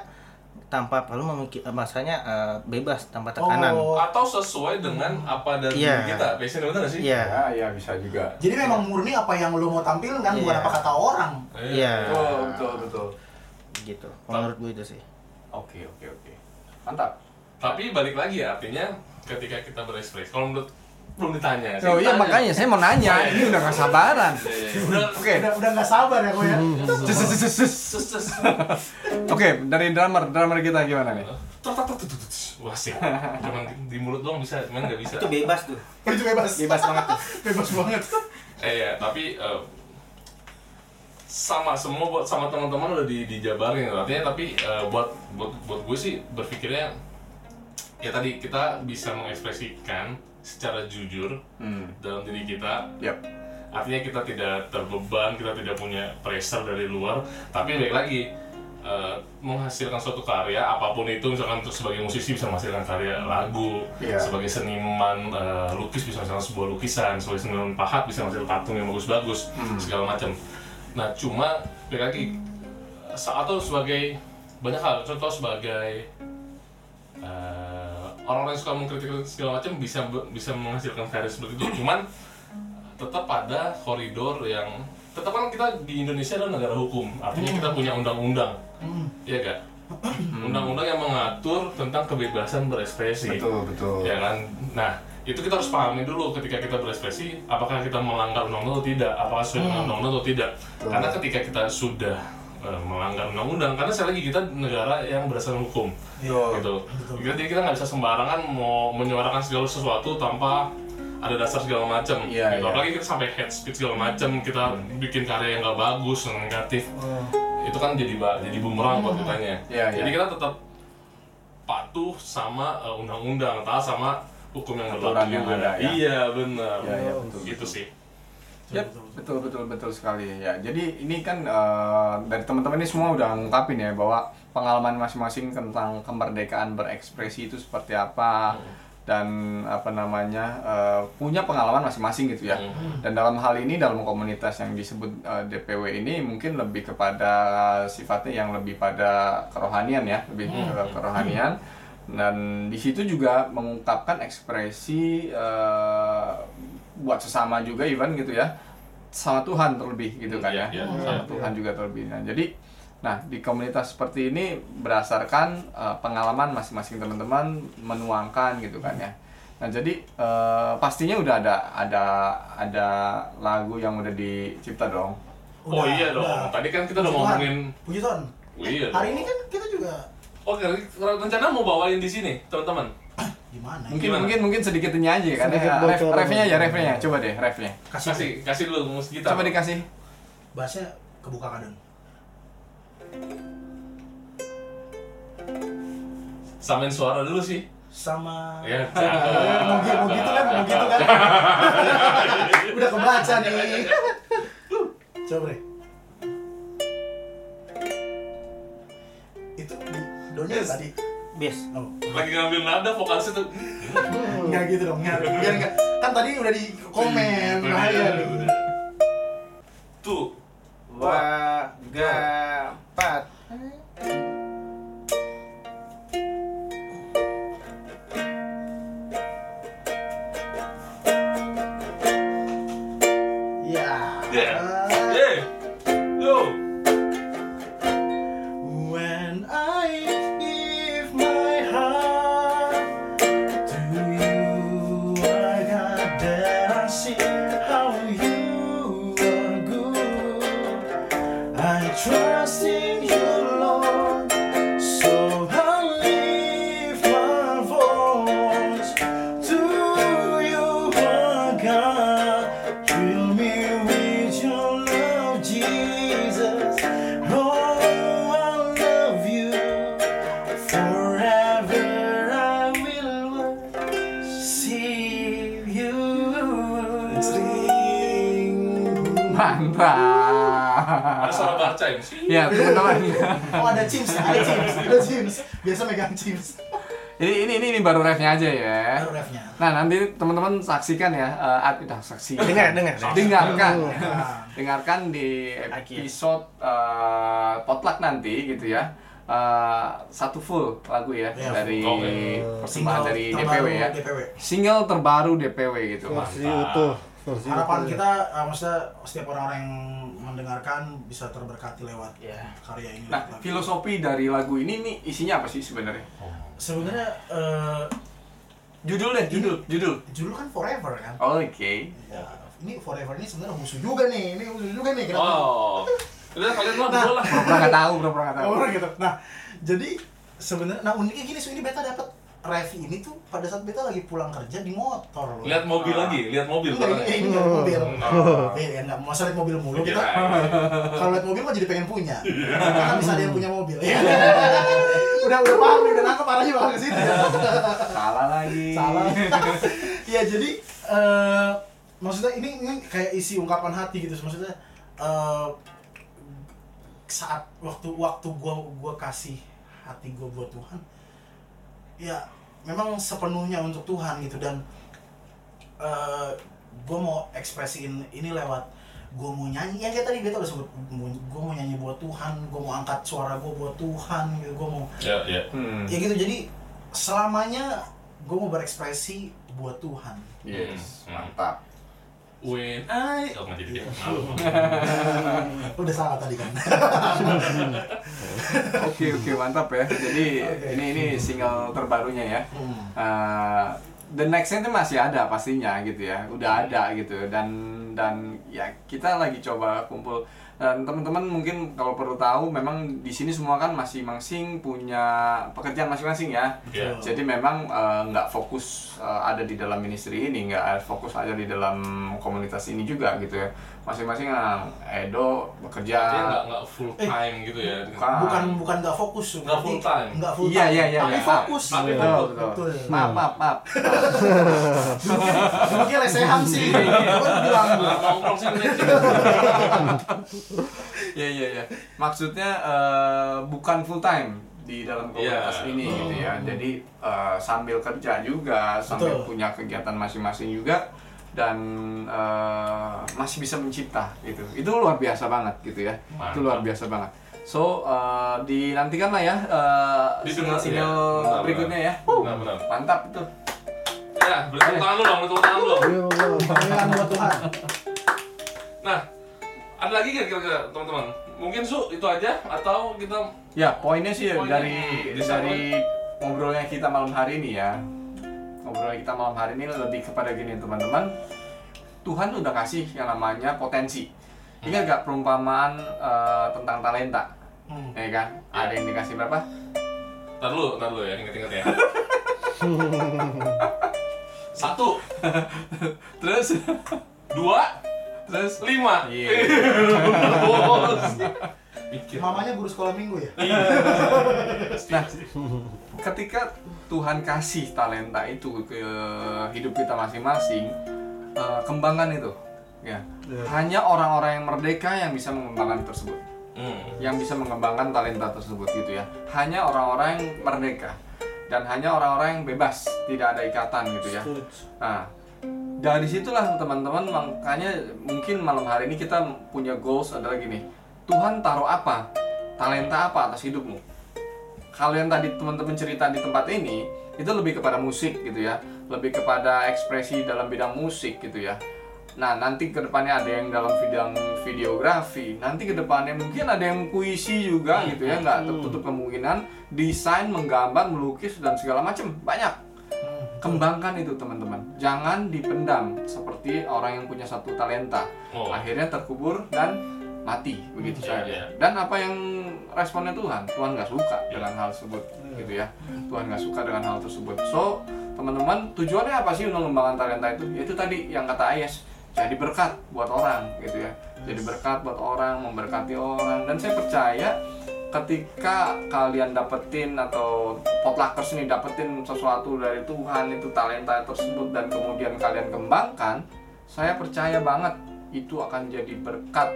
S5: tanpa perlu memikir eh, masanya eh, bebas tanpa tekanan
S3: Oh.
S2: atau sesuai dengan apa dari
S5: Iya.
S2: diri kita passion bener gak sih
S5: iya
S1: ya ya bisa juga
S3: Jadi memang murni apa yang lu mau tampilkan bukan
S5: Iya.
S3: apa kata orang.
S5: iya
S1: betul Oh, betul betul
S5: gitu menurut gua itu sih
S1: oke oke oke mantap
S2: tapi balik lagi ya artinya ketika kita berekspresi kalau menurut belum ditanya sih
S6: Oh iya
S2: Tanya.
S6: makanya saya mau nanya, ini udah gak sabaran.
S2: Iya, iya, iya. udah
S6: Oke,
S3: Udah udah nggak sabar ya kok ya.
S6: sus, sus, sus, sus.
S2: sus sus
S6: Oke, dari drummer, drummer kita gimana nih?
S2: Tuk, tuk, tuk, tuk, tuk. wah sih cuman di- di mulut doang bisa cuman nggak bisa
S5: itu bebas tuh
S3: Itu bebas.
S5: bebas banget tuh
S3: Bebas banget.
S2: eh ya tapi eh, sama semua buat sama teman-teman udah di, dijabarin gitu. artinya tapi eh, buat buat buat gue sih berpikirnya ya tadi kita bisa mengekspresikan secara jujur
S1: hmm
S2: dalam diri kita
S1: yep
S2: artinya kita tidak terbeban kita tidak punya pressure dari luar tapi baik lagi eh, menghasilkan suatu karya apapun itu misalkan untuk sebagai musisi bisa menghasilkan karya lagu
S1: Iya.
S2: sebagai seniman eh, lukis bisa menghasilkan sebuah lukisan sebagai seniman pahat bisa menghasilkan patung yang bagus-bagus segala macam nah cuma baik lagi saat atau sebagai banyak hal contoh sebagai eh, orang-orang yang suka mengkritik segala macam bisa bisa menghasilkan karya seperti itu cuman tetap ada koridor yang tetap kan kita di Indonesia adalah negara hukum artinya kita punya undang-undang Iya gak undang-undang yang mengatur tentang kebebasan berekspresi
S1: betul betul
S2: ya kan nah itu kita harus pahami dulu ketika kita berekspresi apakah kita melanggar undang-undang atau tidak apakah sesuai dengan undang-undang atau tidak karena ketika kita sudah eh, melanggar undang-undang karena sekali lagi kita negara yang berdasarkan hukum
S3: Iya.
S2: gitu jadi kita nggak bisa sembarangan mau menyuarakan segala sesuatu tanpa ada dasar segala macam gitu.
S1: Iya, iya.
S2: apalagi kita sampai head speech segala macam kita bikin karya yang nggak bagus yang negatif itu kan jadi ba- jadi bumerang buat kitanya
S1: Hmm. Iya,
S2: jadi
S1: iya.
S2: kita tetap patuh sama uh, undang-undang taat sama hukum yang berlaku
S1: Aturan yang
S2: juga.
S1: ada, ya.
S2: iya benar
S1: Iya, iya, betul.
S2: gitu sih
S1: Yap, betul betul betul sekali ya. Jadi ini kan eh, dari teman-teman ini semua udah ngungkapin ya bahwa pengalaman masing-masing tentang kemerdekaan berekspresi itu seperti apa dan apa namanya eh, punya pengalaman masing-masing gitu ya. Dan dalam hal ini dalam komunitas yang disebut eh, DPW ini mungkin lebih kepada sifatnya yang lebih pada kerohanian ya, lebih ke kerohanian. Dan di situ juga mengungkapkan ekspresi eh, buat sesama juga even gitu ya sama Tuhan terlebih gitu kan ya,
S2: Iya, iya, iya.
S1: sama Tuhan juga terlebih nah jadi nah di komunitas seperti ini berdasarkan eh, pengalaman masing-masing teman-teman menuangkan gitu kan ya nah jadi eh, pastinya udah ada ada ada lagu yang udah dicipta dong
S2: oh iya dong
S3: udah.
S2: tadi kan kita udah
S3: Puji Tuhan.
S2: ngomongin
S3: Puji Tuhan.
S2: iya
S3: Hari
S2: dong.
S3: ini kan kita juga
S2: oke rencana mau bawain di sini teman-teman
S3: gimana? ya?
S1: mungkin
S2: Gimana?
S1: mungkin mungkin sedikitnya aja kan
S4: Sedikit
S1: ya ref,
S4: bocoran.
S1: refnya ya refnya coba deh refnya
S3: Kasih
S2: kasih kasih dulu musik kita
S1: coba dikasih
S3: bahasnya kebuka kadang.
S2: samain suara dulu sih
S3: Sama
S2: ya
S3: mau gitu mau gitu
S2: Iya.
S3: kan, mau gitu kan. Udah kebaca nih. Coba deh. Itu donya tadi.
S5: bias
S3: Oh.
S2: lagi ngambil nada vokalisnya tuh
S3: Enggak gitu dong, Iya, enggak. Biar enggak. Kan tadi udah di komen, bahaya nih.
S2: tuh
S5: Waga
S4: Iya,
S5: empat
S3: Ya.
S2: Yeah.
S3: Iya.
S2: yeah. yo
S3: When I give my heart to you, I got that I see how you are good. I trust in you, Lord, so I lift my voice to you, my God. Fill me with your love, Jesus. Oh, I love you forever. I will worship you.
S2: ada
S1: mantap
S2: suara baca ya
S1: ya teman-teman
S3: Oh ada chips, ada chips, ada chips. Biasa megang chips.
S1: Ini ini ini, ini baru refnya aja ya.
S3: Baru refnya.
S1: Nah nanti teman-teman saksikan ya, eh, ad- dah saksi.
S5: Dengar, dengar.
S1: dengarkan,
S3: Nah,
S1: dengarkan di
S5: Akhir.
S1: episode eh, potluck nanti gitu ya. Eh, satu full lagu ya
S3: Iya,
S1: dari
S2: full. Oke.
S1: persembahan
S3: single
S1: dari
S3: terbaru
S1: DPW ya.
S3: DPW.
S1: Single terbaru DPW gitu.
S4: versi
S2: Mantap.
S4: utuh versi
S3: Harapan
S4: utuh.
S3: kita, eh, maksudnya setiap orang-orang yang mendengarkan bisa terberkati lewat
S5: Iya.
S3: karya ini.
S1: Nah,
S3: lewat lagu.
S1: filosofi dari lagu ini nih isinya apa sih sebenarnya?
S3: Sebenarnya eh,
S1: Judul deh, judul, judul.
S3: judul kan forever kan.
S1: Oke.
S3: Ya, ini forever ini sebenarnya musuh juga nih, ini musuh juga nih. Kenapa?
S2: Oh. Udah kalian lah, dua lah.
S1: Pernah nggak tahu, pernah nggak tahu.
S3: Orang gitu. Nah, jadi sebenarnya nah uniknya gini, so ini beta dapat ref ini tuh pada saat beta lagi pulang kerja di motor loh.
S2: Lihat mobil lagi, lihat mobil
S3: Enggak,
S2: barangnya.
S3: ini, ini nggak ada mobil.
S2: Nah.
S3: Iya, ya, nggak masa lihat mobil mulu gitu.
S2: Kira-
S3: kita. Kalau lihat mobil mah jadi pengen punya. Karena kan bisa ada yang punya mobil. Iya. udah udah paham, nih, udah nangkep arahnya bakal ke situ.
S1: Salah lagi.
S3: Salah. Iya, jadi eh maksudnya ini, ini kayak isi ungkapan hati gitu. Maksudnya eh saat waktu waktu gua gua kasih hati gua buat Tuhan. Ya, memang sepenuhnya untuk Tuhan gitu dan eh gue mau ekspresiin ini lewat gue mau nyanyi yang kayak tadi beta udah sebut gue mau nyanyi buat Tuhan gue mau angkat suara gue buat Tuhan gitu gue mau
S2: Ya, ya.
S1: Hmm.
S3: ya gitu jadi selamanya gue mau berekspresi buat Tuhan
S1: Yes,
S2: Hmm.
S1: mantap.
S2: When I Oh, nggak jadi deh. Malu.
S3: udah salah tadi kan
S1: Oke oke mantap ya. Jadi
S3: Oke.
S1: ini ini single terbarunya ya.
S3: Hmm.
S1: Eh, the nextnya itu masih ada pastinya gitu ya.
S3: Hmm.
S1: Udah ada gitu dan dan ya kita lagi coba kumpul dan teman-teman mungkin kalau perlu tahu memang di sini semua kan masing-masing punya pekerjaan masing-masing ya.
S2: Ya.
S3: Hmm.
S1: Jadi memang eh, nggak fokus eh, ada di dalam ministry ini, nggak fokus ada di dalam komunitas ini juga gitu ya. Masing-masing eh,
S2: Dia
S1: Edo bekerja.
S2: nggak nggak full time gitu ya.
S1: Bukan.
S3: bukan bukan nggak fokus
S2: Nggak full time.
S3: nggak full
S1: Iya
S3: time,
S1: iya iya.
S3: tapi
S1: iya.
S3: fokus
S2: Tapi
S1: Betul,
S2: fokus.
S1: betul.
S3: Betul.
S1: Maaf maaf maaf.
S3: mungkin lesehan sih gue bilang
S2: Nah, Nongkrong sih Nek.
S1: Iya iya iya. Maksudnya eh, bukan full time di dalam komunitas
S2: Iya.
S1: ini
S2: Hmm.
S1: gitu ya. Jadi eh, sambil kerja juga, sambil
S3: Betul.
S1: punya kegiatan masing-masing juga dan eh, masih bisa mencipta gitu. Itu luar biasa banget gitu ya. Itu luar biasa banget. So eh, dinantikan lah ya eh,
S2: Didengar,
S1: single-single
S2: ya. Benar,
S1: berikutnya ya.
S2: Benar, benar.
S1: Mantap itu.
S2: Ya, beri tepuk tangan lu dong, beri tepuk tangan lu dong.
S4: Iya, bener.
S3: panggilan buat Tuhan
S2: Nah, ada lagi nggak kira-kira teman-teman? Mungkin su itu aja atau kita
S1: Ya, poinnya sih
S2: Poinnya.
S1: dari
S2: Bisa
S1: dari ngobrolnya kita malam hari ini ya. Ngobrolnya kita malam hari ini lebih kepada gini teman-teman. Tuhan udah kasih yang namanya potensi. Ingat gak perumpamaan eh, tentang talenta?
S3: Hmm.
S1: Ya kan? Ada yang dikasih berapa?
S2: Ntar dulu, ntar dulu ya, inget-inget ya. Satu,
S1: Terus
S2: dua,
S1: terus
S2: lima.
S1: Iya.
S2: Bos. Mikir.
S3: mamanya guru sekolah minggu ya
S1: Nah, ketika Tuhan kasih talenta itu ke hidup kita masing-masing, eh, kembangkan itu. Ya. Hanya orang-orang yang merdeka yang bisa mengembangkan tersebut.
S2: Hmm.
S1: yang bisa mengembangkan talenta tersebut gitu ya hanya orang-orang yang merdeka dan hanya orang-orang yang bebas tidak ada ikatan gitu ya nah dari situlah teman-teman makanya mungkin malam hari ini kita punya goals adalah gini Tuhan taruh apa talenta apa atas hidupmu kalian tadi teman-teman cerita di tempat ini itu lebih kepada musik gitu ya lebih kepada ekspresi dalam bidang musik gitu ya nah nanti kedepannya ada yang dalam bidang videografi nanti kedepannya mungkin ada yang puisi juga gitu ya nggak tertutup kemungkinan desain menggambar melukis dan segala macam banyak kembangkan itu teman-teman jangan dipendam seperti orang yang punya satu talenta
S2: Oh.
S1: akhirnya terkubur dan mati begitu
S2: Iya,
S1: saja
S2: iya.
S1: dan apa yang responnya Tuhan Tuhan nggak suka dengan hal tersebut gitu ya Tuhan nggak suka dengan hal tersebut so teman-teman tujuannya apa sih untuk mengembangkan talenta itu itu tadi yang kata Ayes jadi berkat buat orang gitu ya jadi berkat buat orang memberkati orang dan saya percaya ketika kalian dapetin atau potluckers ini dapetin sesuatu dari Tuhan itu talenta tersebut dan kemudian kalian kembangkan saya percaya banget itu akan jadi berkat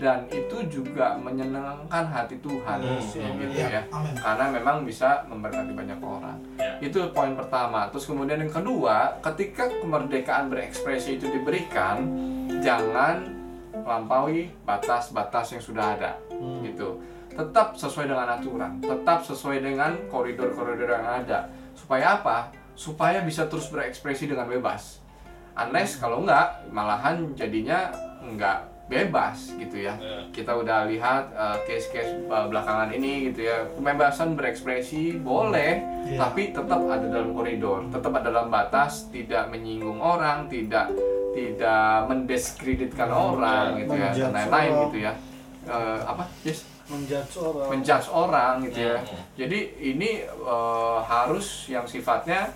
S1: dan itu juga menyenangkan hati Tuhan
S2: Hmm.
S1: gitu ya
S3: Iya, amin.
S1: karena memang bisa memberkati banyak orang
S2: Ya.
S1: itu poin pertama terus kemudian yang kedua ketika kemerdekaan berekspresi itu diberikan jangan melampaui batas-batas yang sudah ada gitu tetap sesuai dengan aturan tetap sesuai dengan koridor-koridor yang ada supaya apa supaya bisa terus berekspresi dengan bebas unless kalau enggak malahan jadinya enggak bebas gitu ya
S2: Ya.
S1: kita udah lihat uh, case-case uh, belakangan ini gitu ya kebebasan berekspresi boleh
S3: Iya.
S1: tapi tetap ada dalam koridor tetap ada dalam batas tidak menyinggung orang tidak tidak mendiskreditkan orang gitu ya dan
S4: Menjudge
S1: lain-lain
S4: orang.
S1: gitu ya Eh, apa yes
S4: menjudge orang
S1: menjudge orang gitu ya.
S2: Hmm.
S1: Jadi ini eh, harus yang sifatnya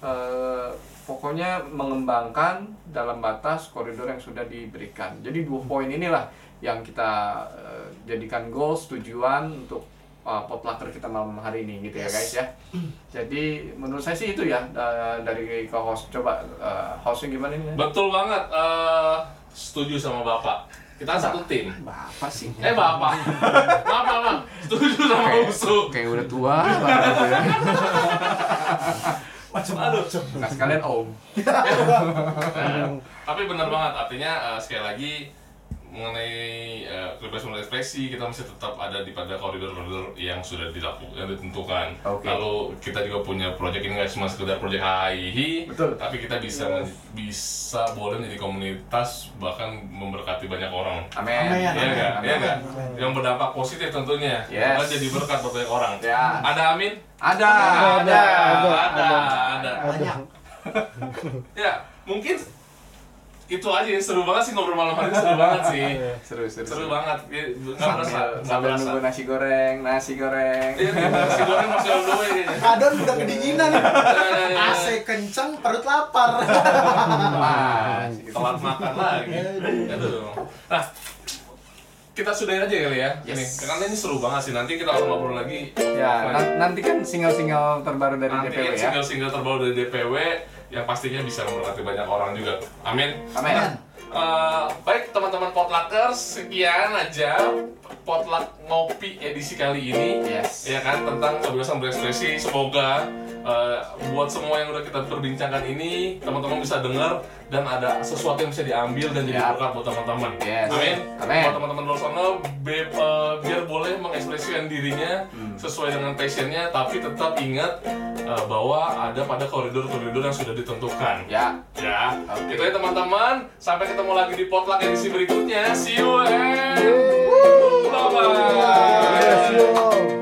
S1: eh, pokoknya mengembangkan dalam batas koridor yang sudah diberikan. Jadi dua poin inilah yang kita eh, jadikan goals tujuan untuk eh, potlucker kita malam hari ini gitu ya guys ya. Jadi menurut saya sih itu ya eh, dari ke host coba eh, hostnya gimana ini?
S2: Betul banget. eh setuju sama Bapak. Kita kan satu tim.
S1: Bapak sih.
S2: Eh Bapak. Maaf, maaf, maaf. Setuju sama Usu.
S1: Kayak udah tua banget ya.
S3: Macam-macam.
S1: Nah, sekalian om.
S2: Tapi benar banget. Artinya eh, sekali lagi mengenai eh, kebebasan berekspresi kita masih tetap ada di pada koridor-koridor yang sudah dilakukan yang ditentukan.
S1: Oke.
S2: Lalu kita juga punya project ini nggak cuma sekedar project HIHI,
S1: Betul.
S2: tapi kita bisa bisa boleh menjadi komunitas bahkan memberkati banyak orang.
S1: Amin.
S3: Amin.
S2: Iya nggak? Iya nggak?
S3: Amin.
S2: Yang berdampak positif tentunya.
S1: Yes.
S2: Bahkan jadi berkat buat banyak orang.
S1: Ya.
S2: Ada amin?
S1: Ada.
S2: ada, ada,
S4: ada,
S2: ada,
S3: Banyak.
S2: Ya, mungkin itu aja ya. seru banget sih ngobrol malam hari seru banget sih.
S1: Seru, seru.
S2: Seru banget. Ya, Nggak berasa,
S1: Sambil,
S2: nggak
S1: sambil
S2: berasa.
S1: Iya. nunggu nasi goreng, nasi goreng.
S2: Iya, nasi goreng masih on the way kayaknya.
S3: Kadang udah kedinginan.
S2: Ya, ya, ya.
S3: AC kencang, perut lapar.
S1: Wah,
S2: iya. Telat makan lagi. Aduh. Nah, kita sudahin aja kali ya. Ini
S1: Yes.
S2: karena ini seru banget sih. Nanti kita akan ngobrol lagi. Nah,
S1: Ya, na- nanti kan single-single terbaru dari
S2: Iya. Nanti kan
S1: DPW ya.
S2: single-single terbaru dari DPW yang pastinya bisa memberkati banyak orang juga. Amin.
S1: Amin.
S2: Eh, baik teman-teman potluckers, sekian aja potluck ngopi edisi kali ini.
S1: Yes.
S2: Ya kan tentang kebebasan berekspresi. Semoga eh, buat semua yang udah kita perbincangkan ini teman-teman bisa dengar dan ada sesuatu yang bisa diambil dan jadi
S1: Ya.
S2: berkat buat teman-teman.
S1: Yes.
S2: Amin.
S1: Amin.
S2: Buat teman-teman di luar sana be- eh, biar boleh mengekspresikan dirinya
S1: Hmm.
S2: sesuai dengan passionnya tapi tetap ingat eh, bahwa ada pada koridor-koridor yang sudah ditentukan.
S1: Ya,
S2: Ya, itu
S1: Oke.
S2: ya teman-teman. Sampai ketemu lagi di potluck edisi berikutnya. Iya, See you and eh. bye-bye.
S4: Iya, Yes, yo.